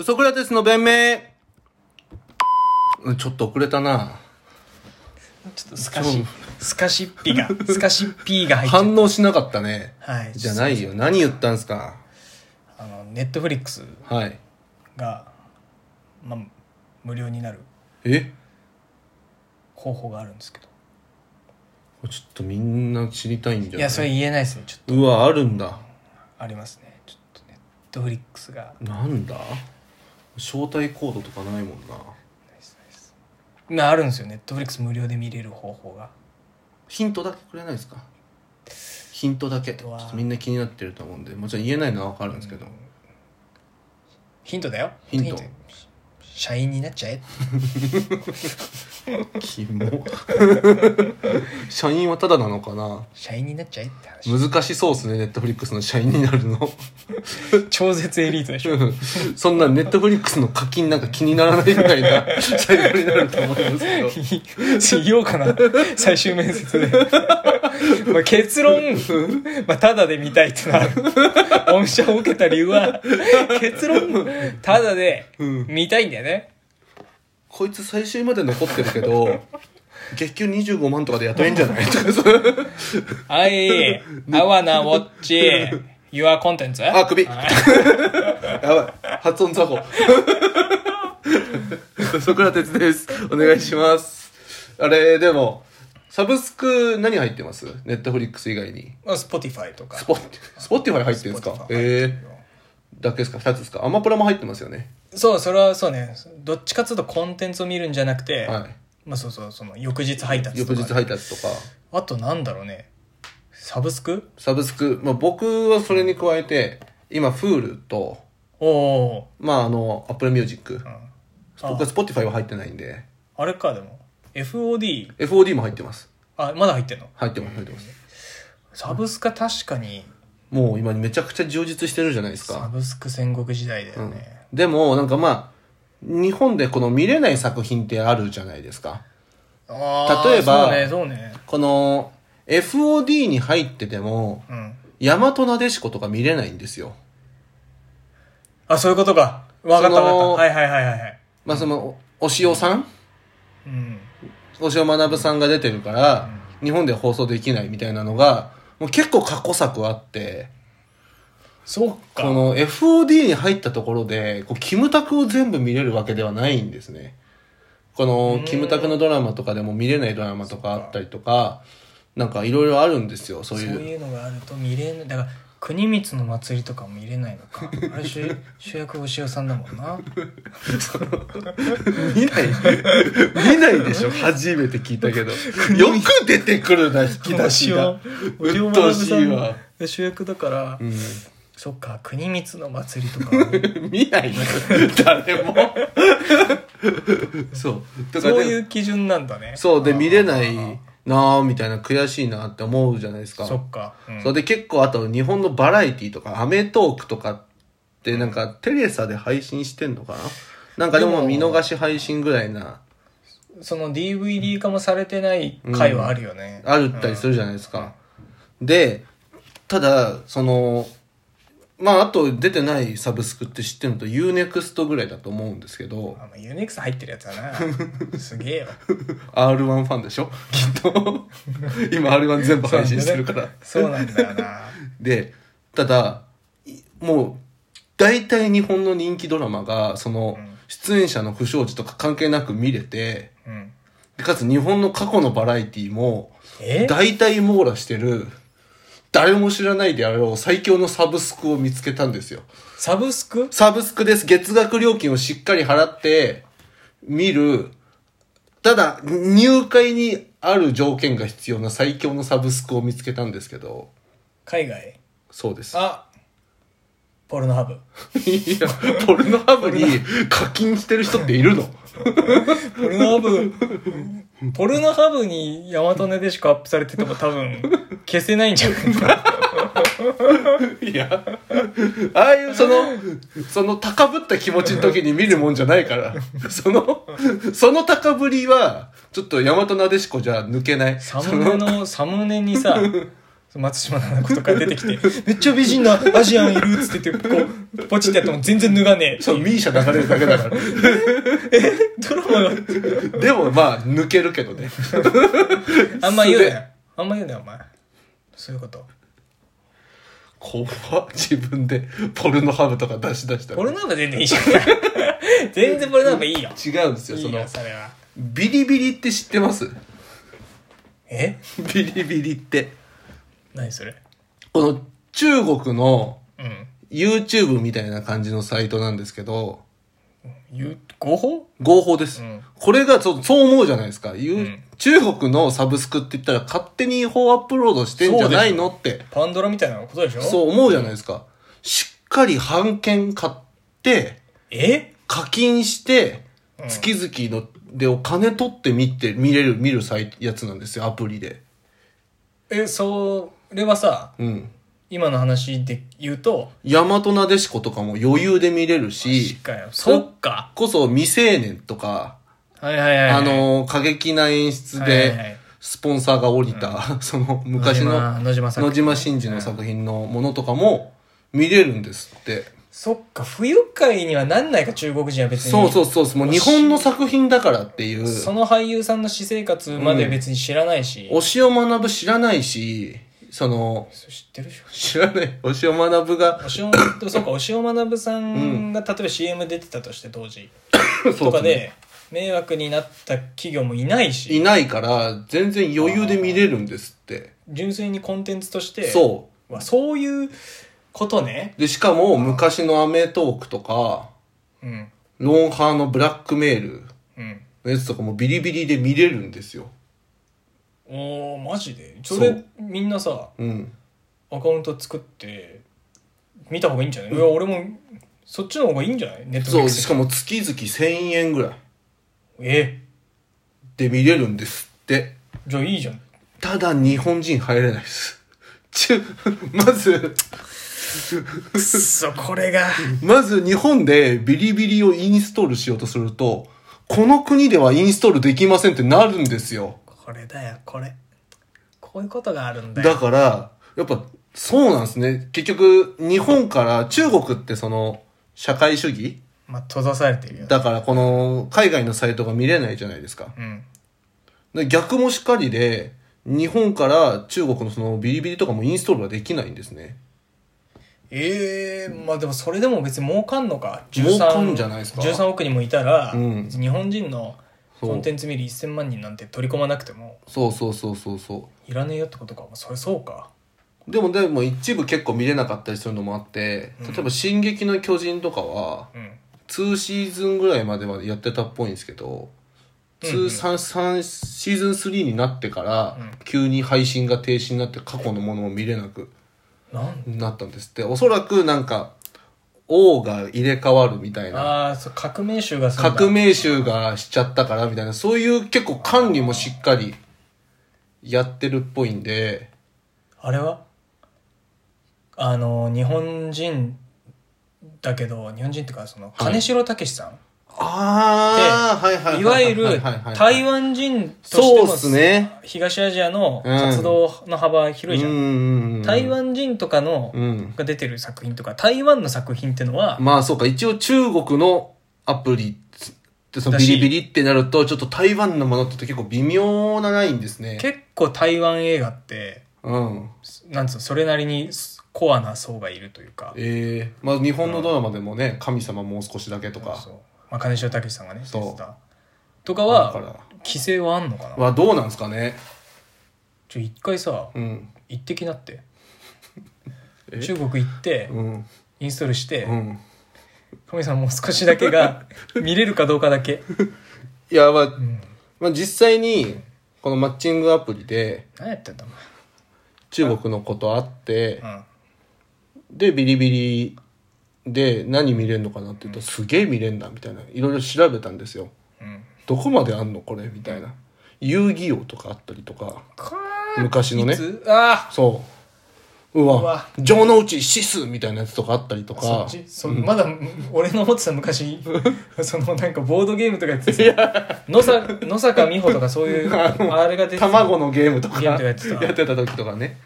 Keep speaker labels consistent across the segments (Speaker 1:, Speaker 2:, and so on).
Speaker 1: ソクラテスの弁明うんちょっと遅れたな
Speaker 2: ちょっとスカシ、スカシッ ピが、スカシッピーが入っちゃ
Speaker 1: 反応しなかったね
Speaker 2: う。はい。
Speaker 1: じゃないよ何言ったんすか
Speaker 2: あの、ネットフリックス
Speaker 1: はい
Speaker 2: が、まあ、無料になる
Speaker 1: え
Speaker 2: 方法があるんですけど。
Speaker 1: ちょっとみんな知りたいんじゃない
Speaker 2: いや、それ言えないですね。ちょっ
Speaker 1: うわあるんだ
Speaker 2: と、ありますね。ちょっとネットフリックスが、
Speaker 1: なんだ招待コードとかないもんな
Speaker 2: ナイスナイスまあ、あるんですよ。ネットフリックス無料で見れる方法が。
Speaker 1: ヒントだけくれないですかヒントだけちょ
Speaker 2: は
Speaker 1: っとみんな気になってると思うんでもちろん言えないのは分かるんですけど、
Speaker 2: ヒントだよ。
Speaker 1: ヒント
Speaker 2: 社員になっちゃえ。
Speaker 1: キモ 社員はただなのかな
Speaker 2: 社員になっちゃえって話。
Speaker 1: 難しそうですねネットフリックスの社員になるの
Speaker 2: 超絶エリートでしょ。
Speaker 1: そんなネットフリックスの課金なんか気にならないぐらいな 最後になると思いますけど
Speaker 2: 言おうかな最終面接で まあ結論、まあ、ただで見たいって な御社を受けた理由は結論ただで見たいんだよね、
Speaker 1: こいつ最終まで残ってるけど月給25万とかで雇えんじゃない とかそう
Speaker 2: はい I wanna watch your content
Speaker 1: あ首やばい発音 雑魚ソクラテスですお願いしますあれでもサブスク何入ってますネットフリックス以外に
Speaker 2: まあ Spotify とか
Speaker 1: スポスポティファイ入ってるんですか
Speaker 2: Spotify
Speaker 1: ええだけですか2つですかアマプラも入ってますよね
Speaker 2: そうそれはそうねどっちかっつうとコンテンツを見るんじゃなくて、
Speaker 1: はい
Speaker 2: まあそうそうその翌日配達と
Speaker 1: 翌
Speaker 2: か
Speaker 1: 日配達とか
Speaker 2: あとなんだろうねサブスク
Speaker 1: サブスク、まあ、僕はそれに加えて今 Hulu と
Speaker 2: おお
Speaker 1: まああの Apple Music
Speaker 2: ー、うん
Speaker 1: 僕は Spotify は入ってないんで
Speaker 2: あれかでも FOD
Speaker 1: FOD も入ってます
Speaker 2: あまだ入ってんの
Speaker 1: 入ってます入ってます
Speaker 2: サブスクは確かに
Speaker 1: もう今めちゃくちゃ充実してるじゃないです
Speaker 2: サ
Speaker 1: か、
Speaker 2: ブスク戦国時代だよ
Speaker 1: うん
Speaker 2: ね、
Speaker 1: でもなんかまあ日本でこの見れない作品ってあるじゃないですか
Speaker 2: あー
Speaker 1: 例えば
Speaker 2: そうねそうね
Speaker 1: この FOD に入ってても
Speaker 2: うん
Speaker 1: 大和なでしことか見れないんですよ
Speaker 2: あそういうことかわかっ
Speaker 1: そ
Speaker 2: たわか
Speaker 1: の
Speaker 2: ったはいはいはいはいはい
Speaker 1: まあそのおお塩さん
Speaker 2: うん
Speaker 1: お塩学さんが出てるから日本で放送できないみたいなのがもう結構過去作あって
Speaker 2: そう
Speaker 1: こ
Speaker 2: か
Speaker 1: の FOD に入ったところでこうキムタクを全部見れるわけではないんですねこのキムタクのドラマとかでも見れないドラマとかあったりとかなんかいろいろあるんですよそ
Speaker 2: そうう
Speaker 1: いう
Speaker 2: いうのがあると見れないだから国光の祭りとかも見れないの かあれ主主役お塩さんだもんな
Speaker 1: 見ない見ないでしょ初めて聞いた けどよく出てくるな引き出しが
Speaker 2: お塩
Speaker 1: うっとうしいわ
Speaker 2: お塩学さんが主役だから、
Speaker 1: うん
Speaker 2: そっか国光の 祭りとかは
Speaker 1: 見ないの誰もそうとか
Speaker 2: そうい
Speaker 1: で
Speaker 2: う基準なんだね
Speaker 1: そうで見れな
Speaker 2: あ
Speaker 1: い
Speaker 2: ーあー
Speaker 1: なーみたいな悔しいなって思うじゃないですか
Speaker 2: そっか、うん
Speaker 1: それで結構あと日本のバラエティとか『アメトーク』とかってなんかテレサで配信してんのかななんかで
Speaker 2: で
Speaker 1: も
Speaker 2: も
Speaker 1: 見逃し配信ぐらいな
Speaker 2: その DVD 化もされてない回はあるよね、
Speaker 1: あるったりするじゃないですか、でただそのまああと出てないサブスクって知ってるのと UNEXT ぐらいだと思うんですけど
Speaker 2: あまあ、ユニックス入ってるやつだ なすげえよ
Speaker 1: R1 ファンでしょきっと今 R1 全部配信してるから
Speaker 2: そうなんだよな
Speaker 1: でただいもう大体日本の人気ドラマがその、
Speaker 2: うん
Speaker 1: 出演者の不祥事とか関係なく見れて
Speaker 2: うん
Speaker 1: でかつ日本の過去のバラエティも
Speaker 2: え
Speaker 1: 大体網羅してる誰も知らないであろう最強のサブスクを見つけたんですよ
Speaker 2: サブスク
Speaker 1: サブスクです月額料金をしっかり払って見るただ入会にある条件が必要な最強のサブスクを見つけたんですけど
Speaker 2: 海外
Speaker 1: そうです
Speaker 2: あポルノハブ
Speaker 1: いや、ポルノハブに課金してる人っているの
Speaker 2: ポルノハブポルノハブに大和ネでしかアップされてても多分消せないん じゃない
Speaker 1: いや、ああいうその、その高ぶった気持ちの時に見るもんじゃないから、その、その高ぶりは、ちょっと大和なでしこじゃ抜けない。
Speaker 2: サ
Speaker 1: そ
Speaker 2: ムネ
Speaker 1: の
Speaker 2: のサムネにさ松島菜々子とか出てき て、めっちゃ美人なアジアンいるっつって言って、こう、ポチってやっても全然脱がねえ。
Speaker 1: そう、ミーシャ流れるだけだから。
Speaker 2: ドラマが、
Speaker 1: でもまあ、抜けるけどね。
Speaker 2: あんま言うなよ。あんま言うなよ、お前。そういうこと。
Speaker 1: 怖っ 自分でポルノハブとか出し出したら
Speaker 2: ポルノーバ全然いいじゃん。 全然ポルノーバいいよ。
Speaker 1: 違うんです
Speaker 2: い
Speaker 1: よ、そ
Speaker 2: い
Speaker 1: の
Speaker 2: よ、、それは。
Speaker 1: ビリビリって知ってます
Speaker 2: え
Speaker 1: ビリビリって。
Speaker 2: 何それ
Speaker 1: この中国の
Speaker 2: うん。
Speaker 1: YouTube みたいな感じのサイトなんですけど、
Speaker 2: 言う、合法
Speaker 1: 合法です。
Speaker 2: うん
Speaker 1: これがそう、そう思うじゃないですか。ゆ
Speaker 2: うん
Speaker 1: 中国のサブスクって言ったら勝手に違法アップロードしてんじゃないのって、
Speaker 2: パンドラみたいなことでしょ
Speaker 1: そう思うじゃないですか。しっかり版権買って、
Speaker 2: え
Speaker 1: 課金して
Speaker 2: う、ん
Speaker 1: 月々の、でお金取って見て、見れる、見るサイやつなんですよ、アプリで。
Speaker 2: え、それはさ、
Speaker 1: うん。
Speaker 2: 今の話で言うと、
Speaker 1: 大和なでしことかも余裕で見れるし、
Speaker 2: かよ。そっか。
Speaker 1: こそ未成年とか、
Speaker 2: はいはいはい。
Speaker 1: あ、の、過激な演出
Speaker 2: はいはいは
Speaker 1: で
Speaker 2: い、
Speaker 1: スポンサーが降りた、 その昔の
Speaker 2: 野島
Speaker 1: 野島真司の作品のものとかも見れるんですって。
Speaker 2: そっか、不愉快にはなんないか、中国人は別に。
Speaker 1: そうそうそうそう、もう日本の作品だからっていう、
Speaker 2: その俳優さんの私生活まで別に知らないし。
Speaker 1: 推しを学ぶ知らないし、その、
Speaker 2: それ知ってるでしょ
Speaker 1: 知らない、推しを学ぶが、
Speaker 2: 押尾、そうか、押尾学さんが例えば CM 出てたとして当時。
Speaker 1: そ
Speaker 2: と
Speaker 1: う
Speaker 2: か
Speaker 1: かね
Speaker 2: で、迷惑になった企業もいない
Speaker 1: い
Speaker 2: し、
Speaker 1: ないから、全然余裕で見れるんですって。
Speaker 2: 純粋にコンテンツとして、。
Speaker 1: そう
Speaker 2: そういうことね。
Speaker 1: う。で、しかも、昔のアメトークとか、
Speaker 2: うん。
Speaker 1: ロンハーのブラックメール
Speaker 2: うん。
Speaker 1: のやつとかもビリビリで見れるんですよ。
Speaker 2: おー、マジで
Speaker 1: そ
Speaker 2: そうれ、みんなさ、
Speaker 1: うん。
Speaker 2: アカウント作って、見た方がいいんじゃない、いや、俺も、そっちの方がいいんじゃないネットフ
Speaker 1: そ
Speaker 2: リッ
Speaker 1: う、
Speaker 2: ク
Speaker 1: し
Speaker 2: ス。
Speaker 1: かも月々1000円ぐらい
Speaker 2: え、
Speaker 1: で見れるんですって。
Speaker 2: じゃあいいじゃん。
Speaker 1: ただ日本人入れないです。 ちゅ、まず、
Speaker 2: くっそ、これが。
Speaker 1: まず日本でビリビリをインストールしようとすると、この国ではインストールできませんってなるんですよ。
Speaker 2: これだよ、これ。こういうことがあるんだよ。
Speaker 1: だから、やっぱ、そうなんですね。結局、日本から、中国ってその、社会主義
Speaker 2: まあ、閉ざされてるよ。
Speaker 1: だから、この、海外のサイトが見れないじゃないですか。
Speaker 2: うん。
Speaker 1: で逆もしかりで、日本から中国のそのビリビリとかもインストールはできないんですね。
Speaker 2: ええまあでもそれでも別に儲かんのか。
Speaker 1: 儲かんじゃないですか
Speaker 2: 13億人もいたら、
Speaker 1: うん
Speaker 2: 日本人の
Speaker 1: そう
Speaker 2: コンテンツ見る1000万人なんて取り込まなくても
Speaker 1: そうそうそうそうそ
Speaker 2: いらねえよってことか。まあそれそうか。
Speaker 1: う。でもでも一部結構見れなかったりするのもあって、
Speaker 2: うん
Speaker 1: 例えば「進撃の巨人」とかは
Speaker 2: うん。
Speaker 1: 2シーズンぐらいまではやってたっぽいんですけど、
Speaker 2: うん
Speaker 1: ツー三三シーズン3になってから
Speaker 2: うん
Speaker 1: 急に配信が停止になって過去のものも見れなく
Speaker 2: なん
Speaker 1: なったんですっておそらくなんか王が入れ替わるみたいな
Speaker 2: ああ、そう、革命集がそうだ
Speaker 1: 革命集がしちゃったからみたいな、そういう結構管理もしっかりやってるっぽいんで、
Speaker 2: あれはあの、日本人だけど、日本人っていうかその、金城武さん。
Speaker 1: ああ、はいはいはい
Speaker 2: わゆる台
Speaker 1: 湾
Speaker 2: 湾人として
Speaker 1: そう
Speaker 2: も
Speaker 1: っすね。
Speaker 2: 東アジアの活動の幅広いじゃん、
Speaker 1: ん
Speaker 2: 台湾人とかの、
Speaker 1: うん。
Speaker 2: が出てる作品とか台湾の作品ってのは、
Speaker 1: まあそうか、一応中国のアプリって、その
Speaker 2: だ
Speaker 1: ビ
Speaker 2: し
Speaker 1: リビリってなると、ちょっと台湾のものって結構微妙なラインですね。
Speaker 2: 結構台湾映画って
Speaker 1: うん。
Speaker 2: なんつうのそれなりにコアな層がいるというか
Speaker 1: ええまあ日本のドラマでもね、神様もう少しだけとか。
Speaker 2: そうまあ、金城武さんがね
Speaker 1: そう
Speaker 2: 出てたとか
Speaker 1: だか
Speaker 2: は
Speaker 1: ら
Speaker 2: 規制はあんのかな
Speaker 1: はどうなんですかね。
Speaker 2: ちょ一回さ
Speaker 1: うん。
Speaker 2: 行ってきなって
Speaker 1: え
Speaker 2: 中国行って
Speaker 1: うん。
Speaker 2: インストールして
Speaker 1: うん。
Speaker 2: 神さんもう少しだけが見れるかどうか だけ、
Speaker 1: いや、まあ
Speaker 2: う、ん、
Speaker 1: まあ、実際にこのマッチングアプリで
Speaker 2: 何やってんだお
Speaker 1: 中国のことあって
Speaker 2: 前、うん、
Speaker 1: でビリビリで何見れるのかなって言うとすげえ見れんなみたいないろいろ調べたんですよ
Speaker 2: うん
Speaker 1: どこまであんのこれみたいな遊戯王とかあったりとか
Speaker 2: か
Speaker 1: 昔の
Speaker 2: ーい
Speaker 1: ね
Speaker 2: つあ
Speaker 1: そうう
Speaker 2: うわ
Speaker 1: わ城之内シスみたいなやつとかあったりと
Speaker 2: あそ
Speaker 1: か
Speaker 2: っちそまだ俺の思って た昔そのなんかボードゲームとかやってた野坂野 坂美穂とかそういうあれが出てた
Speaker 1: 卵のゲームとか
Speaker 2: ゲー ム
Speaker 1: や
Speaker 2: とかやってた
Speaker 1: ってた時とかね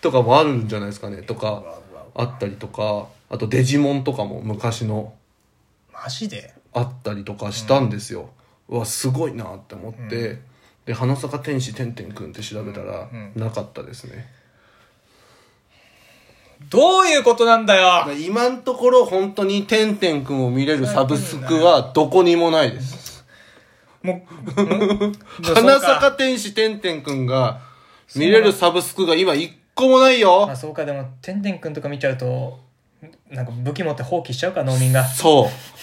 Speaker 1: とかもあるんじゃないですかねと
Speaker 2: う
Speaker 1: か
Speaker 2: わうわ
Speaker 1: あったりとかあとデジモンとかも昔の
Speaker 2: マジで
Speaker 1: あったりとかしたんですよ、うわすごいなって思って、で花坂天使てんてんくんって調べたら
Speaker 2: うん
Speaker 1: なかったですね、
Speaker 2: どういうことなんだよ
Speaker 1: 今のところ本当にてんてんくんを見れるサブスクはどこにもないです
Speaker 2: もう、もう
Speaker 1: 花
Speaker 2: そう
Speaker 1: 坂
Speaker 2: か
Speaker 1: 天使てんてんくんが見れるサブスクが今一個もないよ
Speaker 2: まあそうか、でも、てんてんくんとか見ちゃうと、なんか武器持って放棄しちゃうか、農 民が。
Speaker 1: そう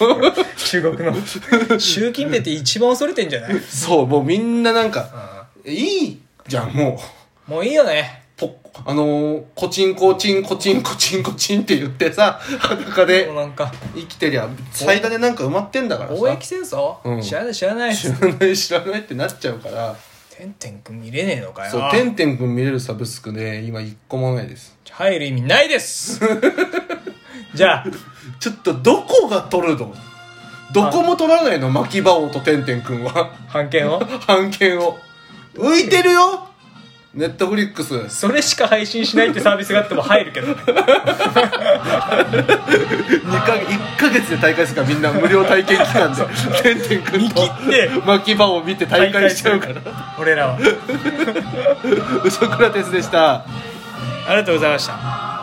Speaker 2: 中国の。習近平って一番恐れてんじゃない
Speaker 1: そうもうみんななんかいいじゃんもう
Speaker 2: もういいよね。
Speaker 1: ポッあのー、コチンコチンコチンコチンコチンって言ってさ裸
Speaker 2: もう
Speaker 1: で
Speaker 2: なんか、
Speaker 1: 生きてりゃ最大でなんか埋まってんだからさ
Speaker 2: 貿易戦争、
Speaker 1: うん
Speaker 2: 知らない知らない。
Speaker 1: 知らない知らないってなっちゃうから
Speaker 2: てんてんくん見れねえのかよ。
Speaker 1: そうてんてんくん見れるサブスクで今一個もないです
Speaker 2: 入る意味ないです じゃあ、
Speaker 1: ちょっとどこが取るのどこも取らないの牧場王とてんてんくんは
Speaker 2: 判権を。
Speaker 1: 版権を浮いてるよネットフリックス
Speaker 2: それしか配信しないってサービスがあっても入るけどね。
Speaker 1: 2か1か月で大会するからみんな無料体験期 間でてんてんくん
Speaker 2: 見
Speaker 1: と
Speaker 2: 切って
Speaker 1: 牧場を見て大会しちゃうから。
Speaker 2: 俺らは。
Speaker 1: ウソクラテスでした
Speaker 2: ありがとうございました。